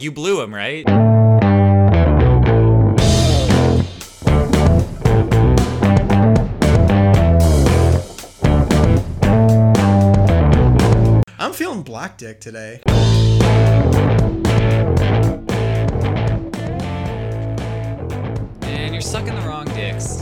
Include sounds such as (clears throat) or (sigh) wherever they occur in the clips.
You blew him, right? I'm feeling black dick today. And you're sucking the wrong (laughs) dicks.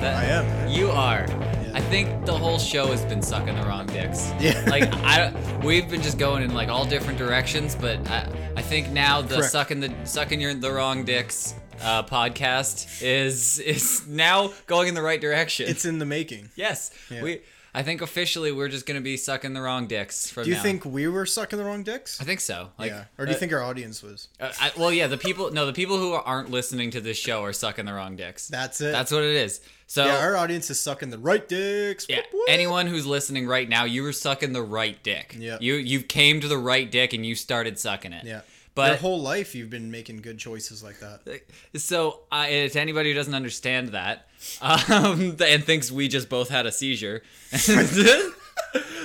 That- I am. You are. I think the whole show has been sucking the wrong dicks. Yeah. (laughs) Like I, we've been just going in like all different directions, but I, I think now the Correct. sucking the sucking your the wrong dicks uh, podcast is is now going in the right direction. It's in the making. yes. Yeah. We. I think officially we're just gonna be sucking the wrong dicks from Do you now. think we were sucking the wrong dicks? I think so. Like, yeah. Or do you uh, think our audience was? Uh, I, well, yeah, the people. No, the people who aren't listening to this show are sucking the wrong dicks. That's it. That's what it is. So yeah, our audience is sucking the right dicks. yeah, Whoop, whoop. anyone who's listening right now, you were sucking the right dick. Yeah. You you came to the right dick and you started sucking it. Yeah. Your But whole life you've been making good choices like that. so I, to anybody who doesn't understand that um, (laughs) and thinks we just both had a seizure, (laughs)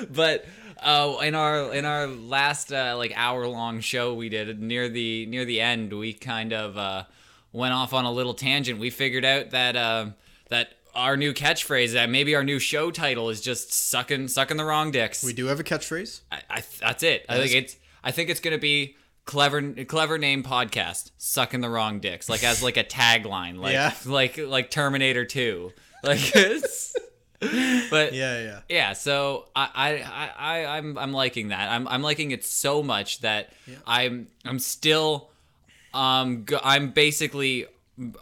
but uh, in our in our last uh, like hour long show we did near the near the end we kind of uh, went off on a little tangent. We figured out that um that our new catchphrase that maybe our new show title is just sucking sucking the wrong dicks. We do have a catchphrase. I, I that's it. I think it's I think it's gonna be clever clever name podcast sucking the wrong dicks like as like a tagline like Yeah. like like Terminator Two like (laughs) it's but yeah. Yeah, yeah. so I, I I I I'm I'm liking that I'm I'm liking it so much that I'm I'm still um go, I'm basically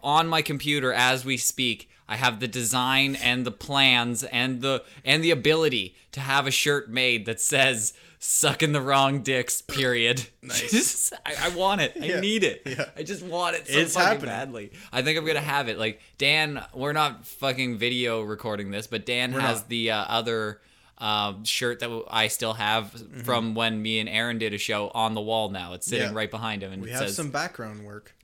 on my computer as we speak. I have the design and the plans and the and the ability to have a shirt made that says "sucking the wrong dicks." Period. (laughs) Nice. I, I want it. I Yeah. need it. Yeah. I just want it so It's fucking happening. badly. I think I'm gonna have it. Like Dan, we're not fucking video recording this, but Dan has not. the uh, other. Um, shirt that I still have from when me and Aaron did a show on the wall. Now it's sitting Mm-hmm. Yeah. right behind him, and We it have says some background work.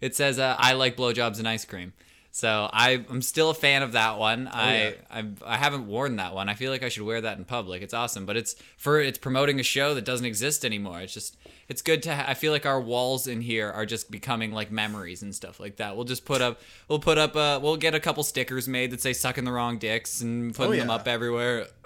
it says uh, I like blowjobs and ice cream. So I, I'm still a fan of that one. Oh, yeah. I, I I haven't worn that one. I feel like I should wear that in public. It's awesome, but it's for it's promoting a show that doesn't exist anymore. It's just it's good to. Ha- I feel like our walls in here are just becoming like memories and stuff like that. We'll just put up we'll put up uh, we'll get a couple stickers made that say "sucking the wrong dicks" and putting them Oh, yeah. up everywhere. (coughs)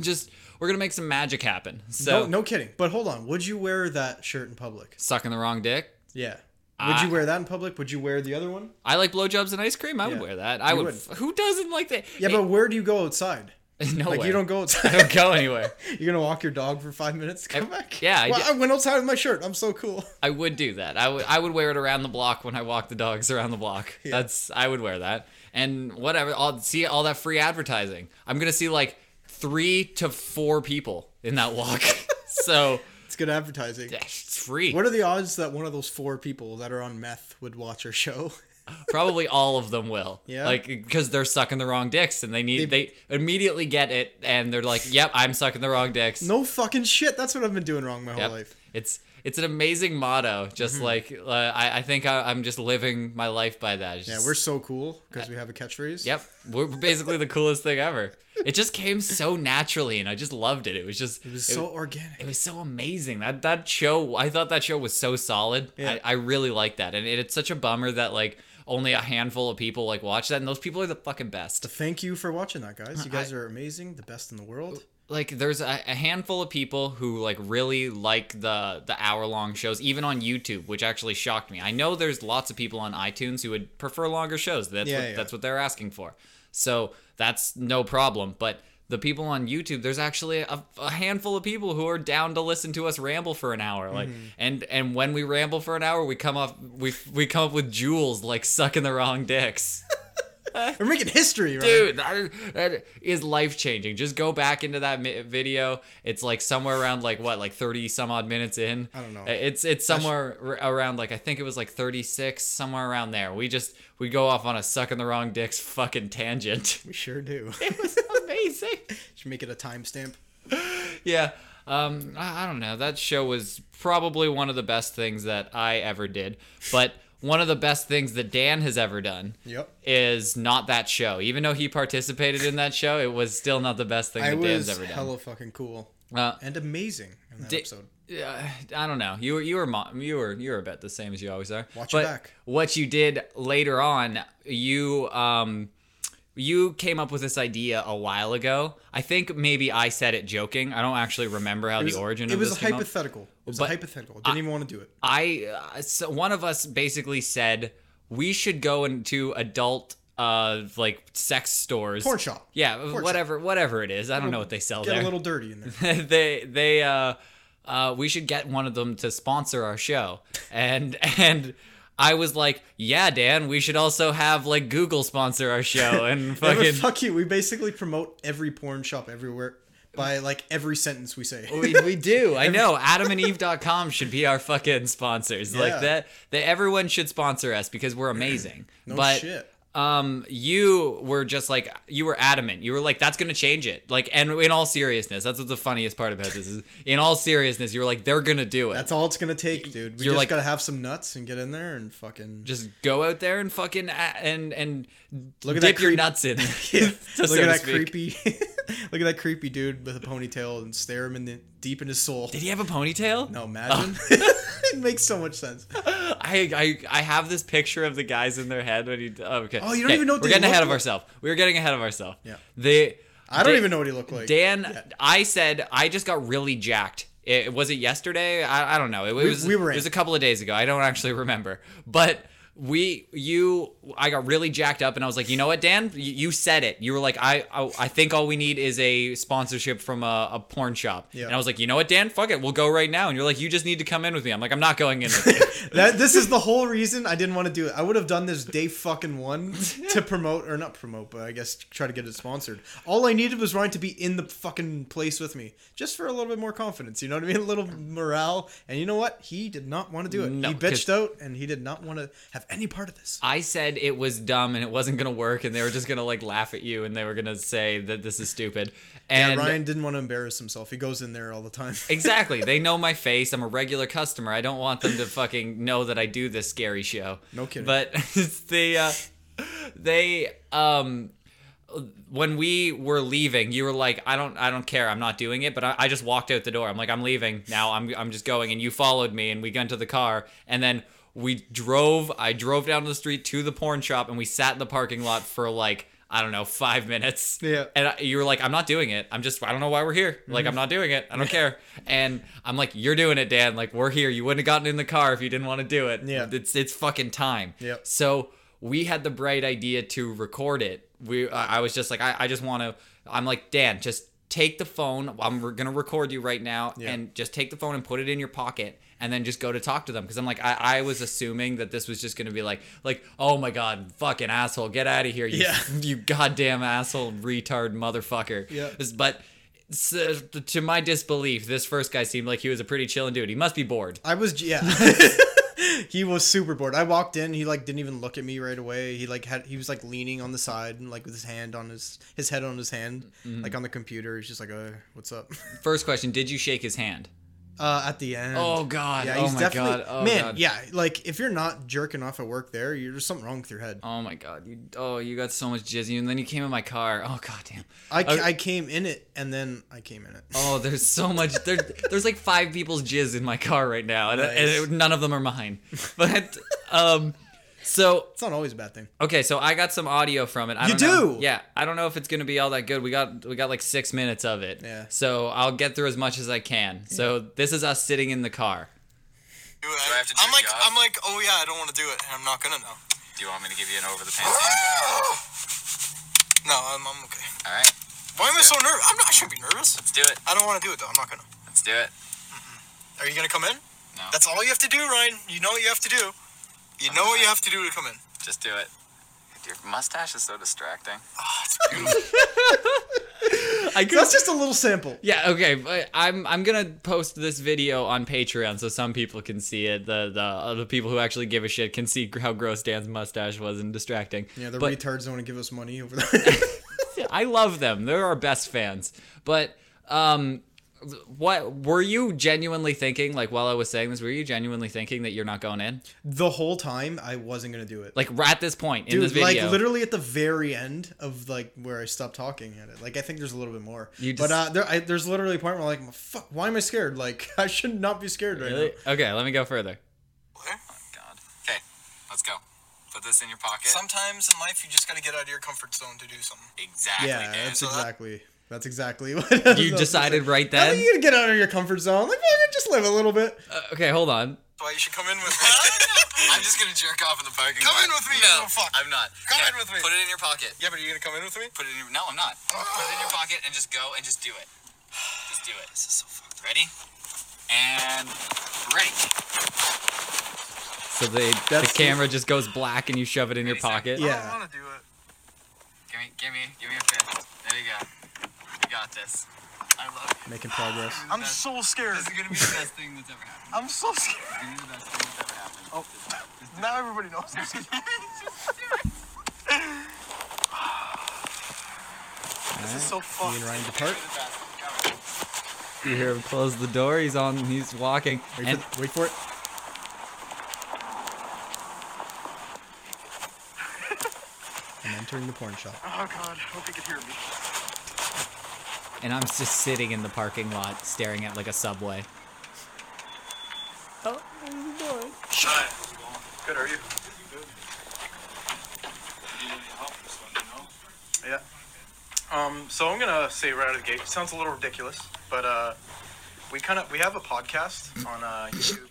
just we're gonna make some magic happen. So No, no kidding. But hold on. Would you wear that shirt in public? sucking the wrong dick. Yeah. Would I- you wear that in public? Would you wear the other one? I like blowjobs and ice cream. I would Yeah, wear that. I you would. would. f- Who doesn't like that? Yeah, but where do you go outside? (laughs) No Like way. you don't (laughs) go I outside. don't go anywhere. You're gonna walk your dog for five minutes, come back. yeah, I I, well, did- I went outside with my shirt. I'm so cool. (laughs) I would do that. I would. I would wear it around the block when I walk the dogs around the block. That's. I would wear that. And whatever. I'll see all that free advertising. I'm gonna see like three to four people in that (laughs) walk. (laughs) so It's good advertising. it's free. What are the odds that one of those four people that are on meth would watch our show? (laughs) Probably all of them will. Yeah. Like because they're sucking the wrong dicks and they need. They, immediately get it and they're like, "Yep, I'm sucking the wrong dicks." No fucking shit. That's what I've been doing wrong my Yep. whole life. Mm-hmm. It's it's an amazing motto. Just like uh, I, I think I, I'm just living my life by that. It's Yeah, just- we're so cool because we have a catchphrase. Yep, we're basically the coolest thing ever. It just came so naturally, and I just loved it. It was just It was so organic. it was so amazing. That that show, I thought that show was so solid. Yeah. I, I really like that, and it, it's such a bummer that like only a handful of people like watch that, and those people are the fucking best. Thank you for watching that, guys. You guys are amazing, the best in the world. like there's a, a handful of people who like really like the the hour long shows even on YouTube which actually shocked me. I know there's lots of people on iTunes who would prefer longer shows. That's Yeah, what, yeah. that's what they're asking for. So that's no problem, but the people on YouTube, there's actually a, a handful of people who are down to listen to us ramble for an hour. Like, Mm-hmm. and and when we ramble for an hour, we come up we we come up with jewels like sucking the wrong dicks We're making history, right? dude that is, that is life changing just go back into that mi- video it's like somewhere around like what like 30 some odd minutes in i don't know. it's it's somewhere r- around like i think it was like 36 somewhere around there we just we go off on a sucking the wrong dicks fucking tangent (laughs) We sure do. it was amazing Should make it a timestamp. yeah um I, I don't know that show was probably one of the best things that i ever did but one of the best things that dan has ever done Yep. is not that show. Even though he participated in that show, it was still not the best thing I that Dan's was ever done. hella fucking cool. Uh, and amazing in that Di- episode. Yeah, I don't know. You were you were mo- you were you were about the same as you always are. Watch your But back. What you did later on, you um, you came up with this idea a while ago. I think maybe I said it joking. I don't actually remember how the origin It of was this a came up. hypothetical. It was a But hypothetical. Didn't even want to do it. I uh, so one of us basically said we should go into adult uh like sex stores, Porn shop. Yeah, shop. whatever whatever it is. I don't know what they sell Get there. a little dirty in (laughs) there. they they uh, uh we should get one of them to sponsor our show and (laughs) and i was like yeah dan we should also have like google sponsor our (laughs) show and Yeah, but fucking fuck you. We basically promote every porn shop everywhere by like every sentence we say. we, we do i know adamandeve.com should be our fucking sponsors Yeah. like that that everyone should sponsor us because we're amazing (laughs) (clears throat) No but shit. um you were just like you were adamant you were like that's gonna change it like and in all seriousness that's what's the funniest part about this is in all seriousness you were like they're gonna do it That's all it's gonna take, dude. We You're just like- gotta have some nuts and get in there and fucking. just go out there and fucking a- and and Look at dip that your creep- nuts in. (laughs) Yeah. so, look so (laughs) at to that speak. creepy. (laughs) look at that creepy dude with a ponytail and stare him in the deep in his soul. Did he Oh. have a ponytail? (laughs) No, imagine. (laughs) it makes so much sense. I, I I have this picture of the guys in their head when he. Oh, okay. Oh, you don't Okay, even know what We're they getting ahead look of like. ourselves. We're getting ahead of ourselves. Yeah. They. I don't they- even know what he looked like. Dan, I said I just got really jacked. It, was it yesterday? I, I don't know. It, was we were it was in. a couple of days ago. I don't actually remember. But we you I got really jacked up and I was like, "You know what, Dan? You, you said it. You were like, I, I I think all we need is a sponsorship from a, a porn shop." Yeah. And I was like, "You know what, Dan? Fuck it. We'll go right now." And you're like, "You just need to come in with me." I'm like, "I'm not going in with (laughs) you." That this is the whole reason I didn't want to do it. I would have done this day (laughs) fucking one to promote or not promote, but I guess try to get it sponsored. All I needed was Ryan to be in the fucking place with me, just for a little bit more confidence. You know what I mean? A little morale. And you know what? He did not want to do it. No, he 'cause- bitched out, and he did not want to have any part of this. I said it was dumb and it wasn't going to work and they were just going to like laugh at you and they were going to say that this is stupid. And And Ryan didn't want to embarrass himself. He goes in there all the time. (laughs) Exactly. They know my face. I'm a regular customer. I don't want them to fucking know that I do this scary show. No kidding. But (laughs) they, uh, they, um, when we were leaving, you were like, "I don't, I don't care. I'm not doing it." But I, I just walked out the door. I'm like, "I'm leaving now. I'm, I'm just going." And you followed me, and we got into the car, and then we drove. I drove down the street to the porn shop, and we sat in the parking lot for like. I don't know, five minutes. Yeah. And I, you were like, I'm not doing it. I'm just, I don't know why we're here. Like, Mhm. I'm not doing it. I don't care. And I'm like, you're doing it, Dan. Like, we're here. You wouldn't have gotten in the car if you didn't want to do it. Yeah. It's, it's fucking time. Yep. So we had the bright idea to record it. We, I I was just like, I, I just want to, I'm like, Dan, just take the phone. I'm re- going to record you right now and just take the phone and put it in your pocket and then just go to talk to them. Cause I'm like, I, I was assuming that this was just going to be like, like, oh my God, fucking asshole, get out of here. You, Yeah. you goddamn asshole, retard motherfucker. Yeah. This- But so, to my disbelief, this first guy seemed like he was a pretty chilling dude. He must be bored. I was (laughs) yeah. (laughs) he was super bored. I walked in, he like didn't even look at me right away. He like had he was like leaning on the side and like with his hand on his his head on his hand, Mm-hmm. like on the computer. He's just like, uh, what's up? (laughs) First question: Did you shake his hand? Uh, at the end. Oh God! Yeah, oh he's my definitely God! Oh, man. God. Yeah, like if you're not jerking off at work there, you're there's something wrong with your head. Oh my God! You, oh, you got so much jizz, in you, and then you came in my car. Oh God damn! I, ca- Okay. I came in it and then I came in it. Oh, there's so much. There, there's like five people's jizz in my car right now, and, and Nice. none of them are mine. But um, so It's not always a bad thing. Okay, so I got some audio from it. I You don't know. do? Yeah, I don't know if it's gonna be all that good. We got we got like six minutes of it. Yeah. So I'll get through as much as I can. So this is us sitting in the car. Do it. I have to do I'm a like, job? I'm like, oh yeah, I don't want to do it, and I'm not gonna know. Do you want me to give you an over the pants hand (sighs) No, I'm, I'm okay. job? All right, Why am I Yeah. so nervous? I'm not. I shouldn't be nervous. let's do it. I don't want to do it though. I'm not gonna. Let's do it. Are you gonna come in? No. That's all you have to do, Ryan. You know what you have to do. You know what you have to do to come in. Just do it. Your mustache is so distracting. Oh, it's (laughs) beautiful. I could, That's just a little sample. yeah. Okay. but I'm I'm gonna post this video on Patreon so some people can see it. The the uh, the people who actually give a shit can see how gross Dan's mustache was and distracting. Yeah, the But- retards don't want to give us (laughs) money over there. I love them. They're our best fans. But um what were you genuinely thinking? Like while I was saying this, were you genuinely thinking that you're not going in? The whole time I wasn't gonna do it. Like right at this point in Dude, this video, like literally at the very end of like where I stopped talking at it. Like I think there's a little bit more. You but just- uh, there, I, there's literally a point where I'm like, fuck, why am I scared? Like (laughs) I should not be scared right Really? Okay, let me go further. What? Oh, God. Okay, let's go. Put this in your pocket. Sometimes in life, you just gotta get out of your comfort zone to do something. exactly. now. Yeah, Dan. that's So that- exactly. That's exactly (laughs) what You decided right How are then. you gonna get out of your comfort zone? Like, man, just live a little bit. Uh, okay, hold on. That's why you should come in (laughs) with me. I'm just gonna jerk off in the parking Come in lot. with me, you No, little fuck. I'm not. Come Okay, in with me. Put it in your pocket. yeah, but are you gonna come in with me? Put it in your. No, I'm not. Put it in your pocket and just go and just do it. (sighs) Just do it. This is so fucked. Ready? And ready. So the the That's- camera just goes black and you shove it in your pocket. Yeah. I don't wanna do it. Give me, give me, give me a fist. There you go. You got this. I love you. Making progress. I'm so scared. This is gonna be the best thing that's ever happened. I'm so scared. It's gonna be the best thing that's ever happened. Oh, now everybody knows. (laughs) (sighs) This is so Me and fucked. Ryan depart. You hear him close the door. He's on. He's walking. Wait, And for, wait for it. I'm entering the porn shop. Oh god, hope you could hear me. and I'm just sitting in the parking lot staring at like a subway. Oh, there's the door. Shut it. Good, are you? Yeah. Um, so I'm gonna say right out of the gate. It sounds a little ridiculous, but uh, we kind of we have a podcast on uh, YouTube. (laughs)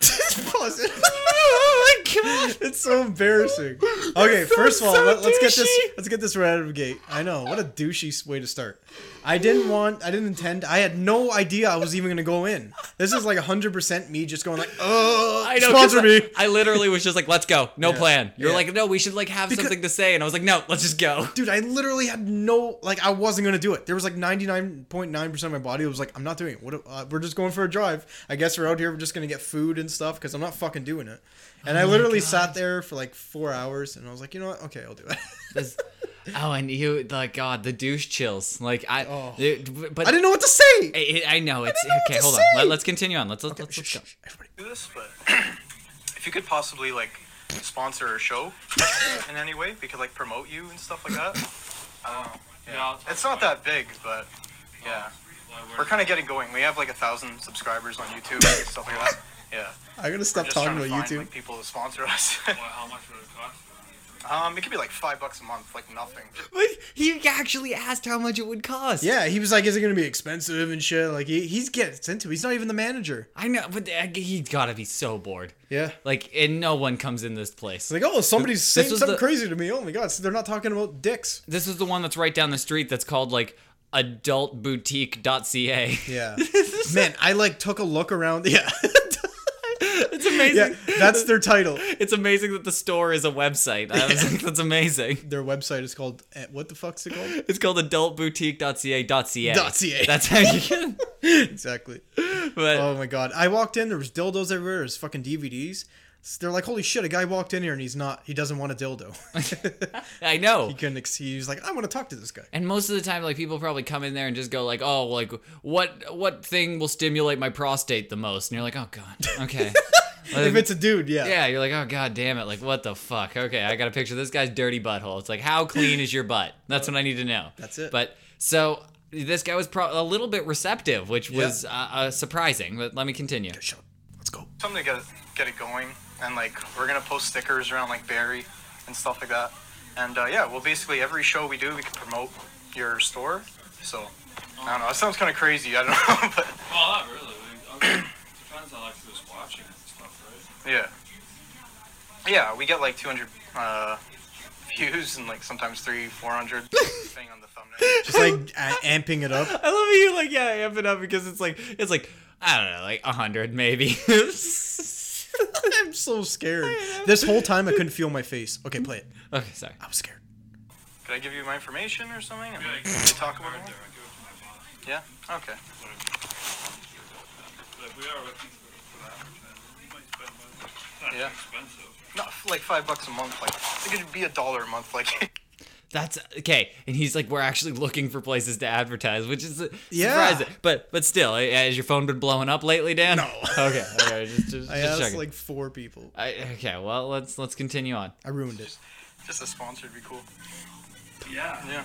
Pause it. oh my god, it's so embarrassing. Okay, first of all, so let, us get this douchey. let's get this right out of the gate. I know what a douchey s- way to start. I didn't want, I didn't intend, I had no idea I was even gonna go in. This is like hundred percent me just going like, oh, I know. 'cause sponsor I- me. I literally was just like, let's go. No Yeah. plan. You're Yeah. like, no, we should like have Because- something to say, and I was like, no, let's just go. Dude, I literally had no like I wasn't gonna do it. There was like ninety nine point nine percent of my body was like, I'm not doing it. What? Uh, we're just going for a drive. I guess we're out here. We're just gonna get food and stuff because I'm not fucking doing it. And Oh I literally sat there for like four hours, and I was like, you know what? Okay, I'll do it. (laughs) This- oh, and you, like, God, the douche chills. Like I, Oh. it- but I didn't know what to say. I, I know it's didn't know what okay. to Hold say. on. Let, us continue on. Let's let's, let's, Shh, let's shh, go. shh, everybody. do this, but (clears throat) if you could possibly like sponsor a show in any way, we could like promote you and stuff like that. Um, Yeah. It's not that big, but yeah, we're kind of getting going. We have like a thousand subscribers on YouTube and stuff like that. Yeah, I'm gonna We're stop just talking trying to about find, YouTube. Like, people to sponsor us. (laughs) How much would it cost? um, it could be like five bucks a month, like nothing. But he actually asked how much it would cost. yeah, he was like, "Is it gonna be expensive and shit?" Like he he's gets into. it. He's not even the manager. I know, but uh, he's got to be so bored. Yeah. Like, and no one comes in this place. It's like, oh, somebody's saying was something the- crazy to me. Oh my god, so they're not talking about dicks. this is the one that's right down the street that's called like (laughs) adultboutique.ca. Yeah. (laughs) Man, I like took a look around. (laughs) Yeah. it's amazing. yeah, that's their title. It's amazing that the store is a website. I was like, that's amazing. Their website is called eh, what the fuck's it called? It's called adultboutique.ca.ca. Dot .ca. That's how you can. (laughs) exactly. But Oh my god, I walked in. There was dildos everywhere. There's fucking DVDs. So They're like, holy shit, a guy walked in here and he's not. He doesn't want a dildo. (laughs) I know. he couldn't. ex- He was like, I want to talk to this guy. and most of the time, like people probably come in there and just go like, "Oh, like what what thing will stimulate my prostate the most?" And you're like, "Oh God, (laughs) okay." If it's a dude, yeah. Yeah, you're like, oh god damn it, like what the fuck? Okay, I got to picture this guy's dirty butthole. It's like, how clean is your butt? That's what I need to know. That's it. But so this guy was pro- a little bit receptive, which was uh, uh, surprising. But let me continue. Shut up. Let's go. Something to get it, get it going, and like we're gonna post stickers around like Barry and stuff like that. And uh, yeah, well, basically every show we do, we can promote your store. So I don't know. It sounds kind of crazy. I don't (laughs) know, but Well, not really. I mean, depends on like who's watching and stuff, right? Yeah. Yeah, we get like 200 uh, views and like sometimes (laughs) three, 400, depending on the thumbnail. Just like a- amping it up. I love how you like yeah, amp it up because it's like it's like I don't know, like a hundred maybe. I'm so scared. This whole time I couldn't feel my face. Okay, play it. (laughs) okay, sorry. I was scared. Could I give you my information or something? And Like, we can talk about right it? there, I give it to Yeah. my boss. Okay. Like, we are looking for, for that. We might spend money. It's not Yeah. too expensive. Not f- like (laughs) five bucks a month. Like it could be a dollar a month. Like that's okay. And he's like, we're actually looking for places to advertise, which is uh, Yeah. surprising. But but still, eh, has your phone been blowing up lately, Dan? No. Okay. Okay. Just, just, I just asked checking. like four people. I, okay. Well, let's let's continue on. I ruined it. Just a sponsor would be cool. Yeah. Yeah.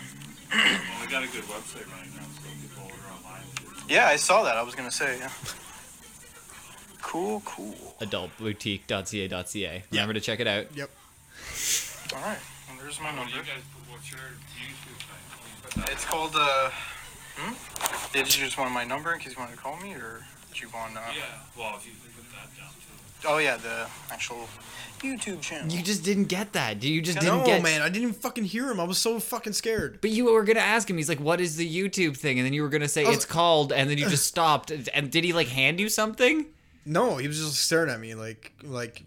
Well, we got a good website running now, so people order online. Yeah, I saw that. I was gonna say. Yeah. Cool, cool. Adultboutique.ca. Remember to check it out. Yep. All right. Well, there's my What do number. you guys? What's your YouTube thing? It's called. uh... Hmm? Did you just want my number in case you wanted to call me, or did you want? Uh... Yeah. Well, if you put that down too. Oh yeah, the actual YouTube channel. You just didn't get that. You just didn't no, get. man, I didn't even fucking hear him. I was so fucking scared. But you were gonna ask him. He's like, "What is the YouTube thing?" And then you were gonna say, Oh. "It's called," and then you (laughs) just stopped. And- And did he like hand you something? No, he was just staring at me like, like,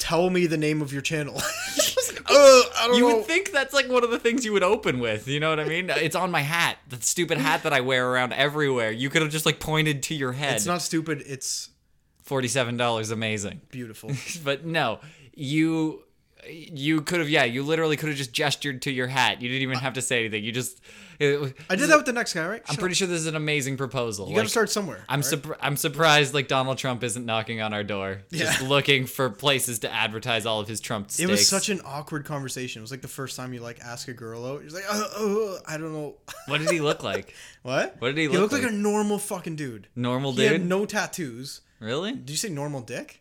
tell me the name of your channel. (laughs) I was like, "Ugh, I don't You know. would think that's like one of the things you would open with. You know what I mean? (laughs) It's on my hat, that stupid hat that I wear around everywhere. You could have just like pointed to your head. it's not stupid. It's Forty-seven dollars, amazing. (laughs) beautiful. But no, you. You could have, yeah. You literally could have just gestured to your hat. You didn't even have to say anything. You just. it- I did that with the next guy, right? I'm pretty sure this is an amazing proposal. You got to Like, start somewhere. I'm right? surpri- I'm surprised like Donald Trump isn't knocking on our door, just Yeah. looking for places to advertise all of his Trump It stakes. was such an awkward conversation. It was like the first time you like ask a girl out. You're like, oh, I don't know. (laughs) What did he look like? What? What did he He look looked like? like? a normal fucking dude. Normal (laughs) He had dude? no tattoos. (laughs) really? (laughs) Did you say normal dick?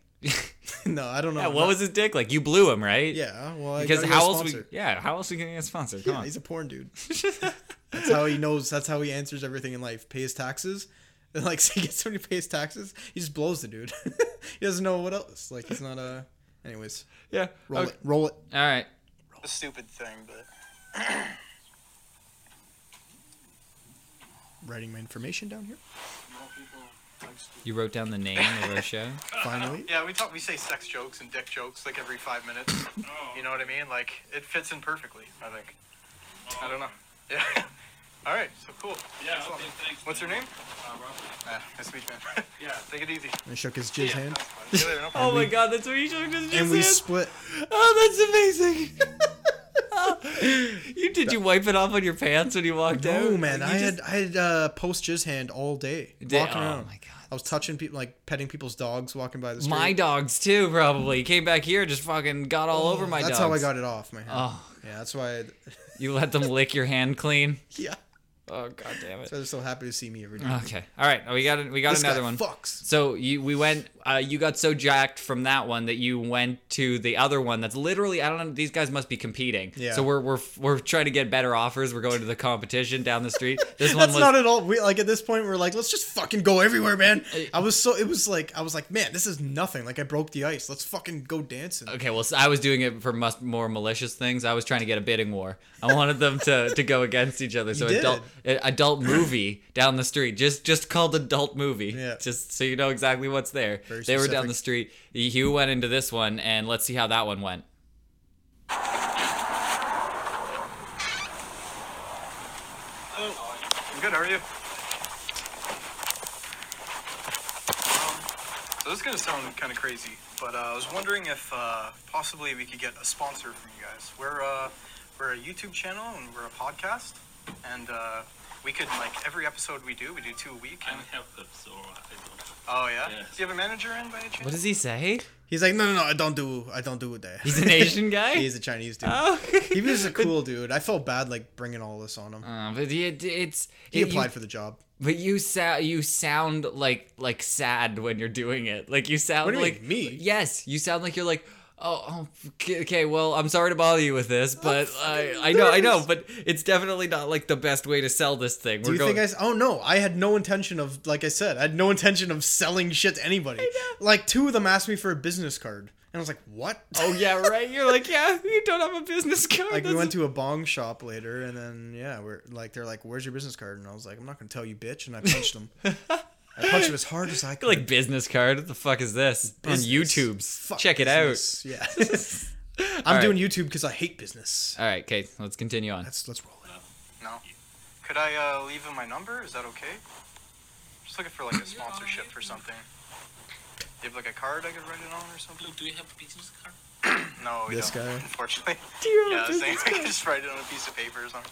no, I don't know. Yeah, what was his dick like? You blew him, right? Yeah, well, I Because gotta how get a else we sponsor. Yeah, how else we gonna get sponsored? Come Yeah, on. he's a porn dude. that's how he knows. That's how he answers everything in life. Pay his taxes. (laughs) And like, so he gets somebody to pay his taxes. He just blows the dude. (laughs) he doesn't know what else. Like, he's not a. Anyways, (laughs) yeah. roll okay. it. Roll it. All right. a stupid thing, but Writing my information down here. You wrote down the name of our show. (laughs) Finally. yeah, we talk. We say sex jokes and dick jokes like every five minutes. You know what I mean? Like it fits in perfectly. I think. I don't know. Yeah. (laughs) All right. So cool. Yeah. Excellent. Okay, thanks. What's your man. name? Uh, Robert. Ah, nice to meet you, man. (laughs) Yeah. Take it easy. And shook his jizz Yeah, hand. that's fine. See you later, no Oh problem. my god, that's what you showed us And just we said. split. (laughs) Oh, that's (laughs) amazing. you did you wipe it off on your pants when you walked out? No man, You I just- had I had uh, post jizz hand all day Did- walking oh around. my God. I was touching people, like petting people's dogs walking by the street. my dogs too, probably. Came back here, just fucking got all over my dogs. That's how I got it off my hand. Oh. Yeah, that's why. I, (laughs) You let them lick your hand clean. yeah, Oh god damn it. so they're so happy to see me every day. Okay. All right. We got we Uh, got This another guy one. Fucks. So you we went uh, you got so jacked from that one that you went to the other one that's literally I don't know these guys must be competing. Yeah. So we're we're we're trying to get better offers. We're going to the competition down the (laughs) street. This one That's was not at all. We like at this point we're like, let's just fucking go everywhere, man. Uh, I was so it was like I was like, man, this is nothing. Like I broke the ice. Let's fucking go dancing. Okay, well, so I was doing it for must, more malicious things. I was trying to get a bidding war. I wanted them to, to go against each other. So did. adult a- adult movie down the street, just just called adult movie, Yeah. just so you know exactly what's there. Very they were down specific. the street. Hugh went into this one, and let's see how that one went. I'm good. How are you? Um, Um, so this is gonna sound kind of crazy, but uh, I was wondering if uh, possibly we could get a sponsor from you guys. We're uh, we're a YouTube channel and we're a podcast, and uh, we could like every episode we do, we do two a week. I And, don't have the so I don't. oh yeah? Yeah. Do you have a manager in by any chance? What does he say? He's like, no, no, no, I don't do, I don't do that. He's an (laughs) Asian guy. He's a Chinese dude. (laughs) oh, he (laughs) was a cool dude. I felt bad like bringing all this on him. Uh, but he, it, it's he it- you- applied for the job. but you sound you sound like like sad when you're doing it. Like you sound What do you like mean, me? Yes, you sound like you're like. Oh, oh, okay- okay. Well, I'm sorry to bother you with this, but I, I know, I know, but it's definitely not like the best way to sell this thing. Do you think I? s- Oh no, I had no intention of, like I said, I had no intention of selling shit to anybody. Like two of them asked me for a business card, and I was like, what? (laughs) Oh yeah, right. You're like, yeah. You don't have a business (laughs) card. like That's- we went to a bong shop later, and then yeah, we're like, they're like, where's your business card? And I was like, I'm not gonna tell you, bitch. And I punched him. I punched him as hard as I could. (laughs) like business card. What the fuck is this Business. on YouTube's? Fuck Check it business. Yeah. (laughs) (laughs) I'm All doing YouTube because I hate business. out. All right, okay. Let's continue on. Let's let's roll it. No. Could I uh, leave him my number? Is that okay? Just looking for like a sponsorship for something. Do you have like a card I could write it on or something? Luke, do we have a business card? No, we Mm, This don't, guy? unfortunately. Dear yeah, same. (laughs) business I could just write it on a piece of paper or something.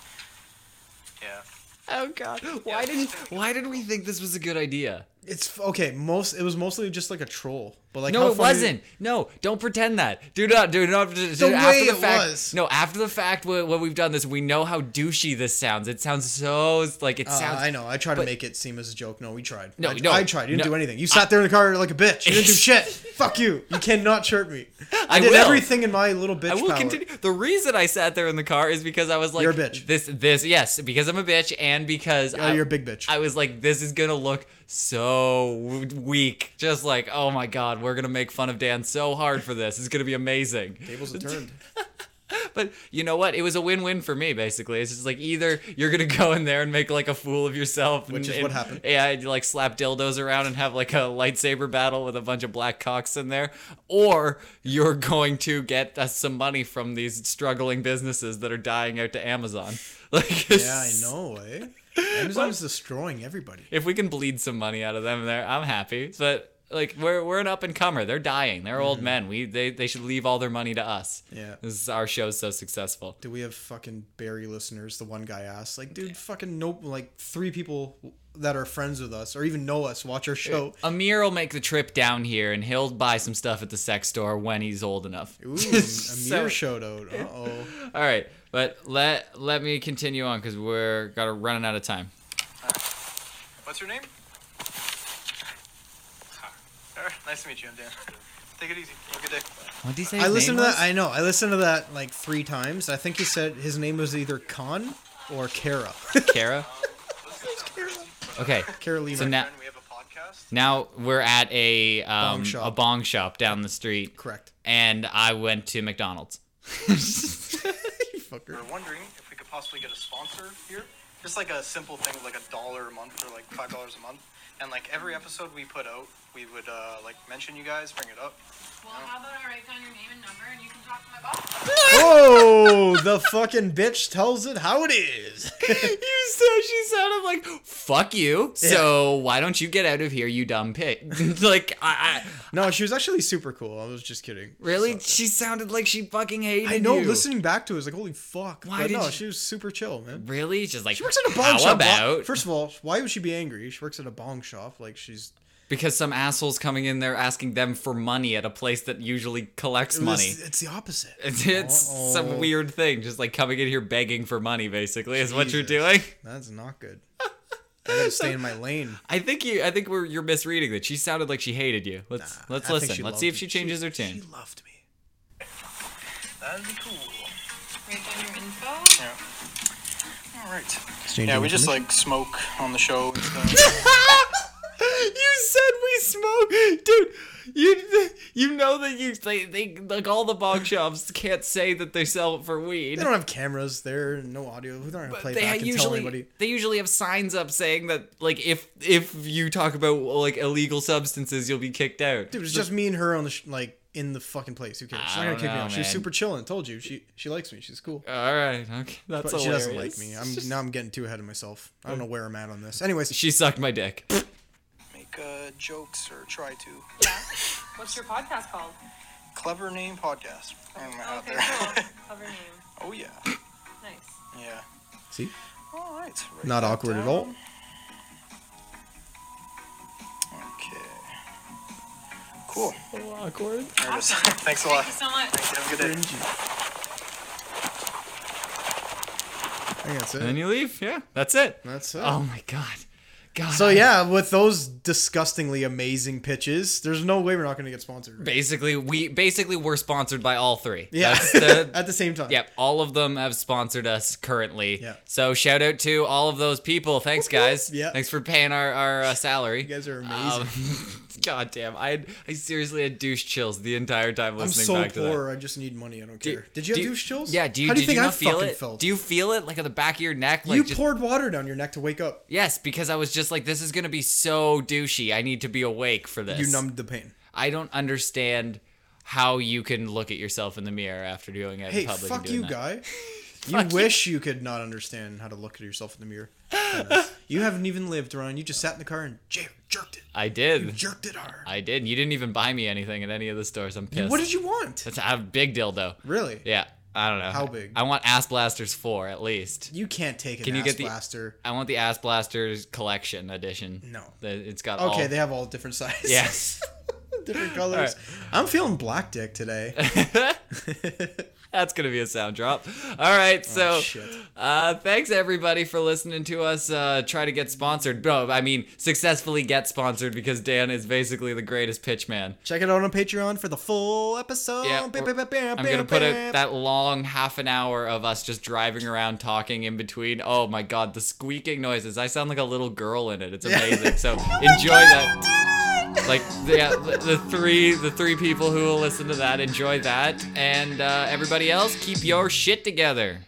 Yeah. Oh God! Why Yeah. didn't Why did we think this was a good idea? It's f- okay. Most it was mostly just like a troll, but like no, how it funny- wasn't. No, don't pretend that. Do not. Do not. Do, The after way the it fact, was. No, after the fact, when, when we've done this, we know how douchey this sounds. It sounds so like it Uh, sounds. I know. I tried to but- make it seem as a joke. No, we tried. No, I, no, I tried. You didn't no. do anything. You sat there in the car like a bitch. (laughs) You didn't do shit. Fuck you. You cannot chirp me. I, I did will. everything in my little bitch I will power. continue. The reason I sat there in the car is because I was like, You're a bitch. This, this, yes, because I'm a bitch, and because Oh, I, you're a big bitch. I was like, this is gonna look so w- weak. Just like, oh my god, we're gonna make fun of Dan so hard for this. It's gonna be amazing. Tables (laughs) have turned. But you know what? It was a win-win for me. Basically, it's just like either you're gonna go in there and make like a fool of yourself, and, Which is and- what happened. Yeah, and, like slap dildos around and have like a lightsaber battle with a bunch of black cocks in there, or you're going to get us some money from these struggling businesses that are dying out to Amazon. (laughs) Like, Yeah, I (laughs) know, eh? Amazon's destroying everybody. If we can bleed some money out of them there, I'm happy. But like, we're we're an up and comer. They're dying. They're old men. We they they should leave all their money to us. Mm-hmm. Yeah. this is our show's so successful. Do we have fucking Barry listeners? The one guy asked, like, dude, fucking nope. Like three people that are friends with us or even know us watch (laughs) our show. Amir will make the trip down here and he'll buy some stuff at the sex store when he's old enough. Ooh, Amir So- showed (laughs) out. Uh oh. All right, but let let me continue on because we're got to running out of time. What's your name? Alright, nice to meet you, I'm Dan. (laughs) Take it easy. Have a good day. What did he say? I his listened to name that. was? I know. I listened to that like three times. I think he said his name was either Khan or Kara. (laughs) Kara. Okay, Carolina. so now Friend, we have a podcast. now we're at a um, Bong shop. a bong shop down the street, Correct. (laughs) and I went to (laughs) McDonald's. Fucker. (laughs) We're wondering if we could possibly get a sponsor here. Just like a simple thing, of like a dollar a month or like five dollars a month. And like every episode we put out, we would uh, like mention you guys, bring it up. Well, how about I write down your name and number and you can talk to my boss? Oh, the fucking bitch tells it how it is. (laughs) you said she sounded like fuck you. So why don't you get out of here, you dumb pig? (laughs) like I, I No, she was actually super cool. I was just kidding. really, So- she sounded like she fucking hated I know. you. Listening back to it, I was like, holy fuck. Why but did no, you- she was super chill, man. Really? Just like She works at a bong how shop. Why- about First of all, why would she be angry? She works at a bong shop. Like she's because some assholes coming in there asking them for money at a place that usually collects it was- money. (laughs) It's the opposite. Oh, It's, it's some Uh-oh. weird thing, just like coming in here begging for money. Basically, is what you're Jesus. doing. That's not good. I gotta stay in my lane. I think you. I think we're you're misreading that. She sounded like she hated you. (laughs) Let's let's I think listen. she Let's loved see if me. she changes her She tune. (laughs) loved me. That'd be cool. Write down your info. Alright. Yeah, we just like smoke on the show and stuff. you said we smoke, dude. You you know that you they, they like all the bog shops can't say that they sell it for weed. They don't have cameras there, no audio. We don't have But playback and tell usually anybody. they usually have signs up saying that like if if you talk about like illegal substances you'll be kicked out. Dude, it's just me and her on the sh- like in the fucking place. Who cares? She's I not gonna don't kick me know, out. man. She's super chilling. Told you, she she likes me. She's cool. All right, okay, that's But hilarious. Oh. she doesn't like me. I'm now I'm getting too ahead of myself. I don't know where I'm at on this. Anyways, She sucked my (laughs) dick. Make uh, jokes or try to. What's your podcast called? Clever name podcast. And we're out Okay, there. (laughs) cool. Cover name. Oh yeah. Nice. Yeah. see, All right. write not that awkward at down. all. Okay. Cool. awkward. There it is. Awesome. (laughs) Thanks a lot. Thank you so much. Have a good I day. think that's And then it. you leave. Yeah, that's it. That's it. Oh my god, god. So yeah, with those disgustingly amazing pitches, there's no way we're not gonna get sponsored. right? basically we basically we're sponsored by all three. Yeah, (laughs) That's the- at the same time. Yep, all of them have sponsored us currently. Yeah. So shout out to all of those people. Thanks, guys. Yeah. Thanks for paying our our uh, salary. You guys are amazing. Um, (laughs) God damn, I had, I seriously had douche chills the entire time I'm listening so back to that. poor. I just need money. I don't Do- care. Did you have do- douche chills? Yeah. Do you, How do did you think you I not feel fucking it? felt? Do you feel it like at the back of your neck? Like you just, poured water down your neck to wake up. yes, because I was just like, this is gonna be so douchey. I need to be awake for this. You numbed the pain. I don't understand how you can look at yourself in the mirror after doing it Hey, in public. and fuck (laughs) doing you, that. guy. You Fuck you. wish you could not understand how to look at yourself in the mirror. You haven't even lived, Ryan. You just sat in the car and jer- jerked it. I did. Jerked it hard. I did. You didn't even buy me anything at any of the stores. I'm pissed. What did you want? That's a big dildo. Really? Yeah. I don't know. How big? I want Ass Blasters 4 at least. You can't take an Can you ass get the- blaster. I want the Ass Blasters collection edition. No. The- It's got all. Okay, they have all different sizes. Yes. (laughs) (laughs) different colors. I'm feeling black dick today. That's gonna be a sound drop. All right, so Oh, shit. uh, thanks everybody for listening to us. Uh, try to get sponsored, bro. I mean, successfully get sponsored because Dan is basically the greatest pitch man. Check it out on Patreon for the full episode. Yeah, Bam, we're- bam, bam, I'm bam, gonna put bam. it that long half an hour of us just driving around talking in between. Oh my god, the squeaking noises! I sound like a little girl in it. It's amazing. So (laughs) enjoy that. Like yeah, the, the three the three people who will listen to that enjoy that, and uh, everybody else keep your shit together.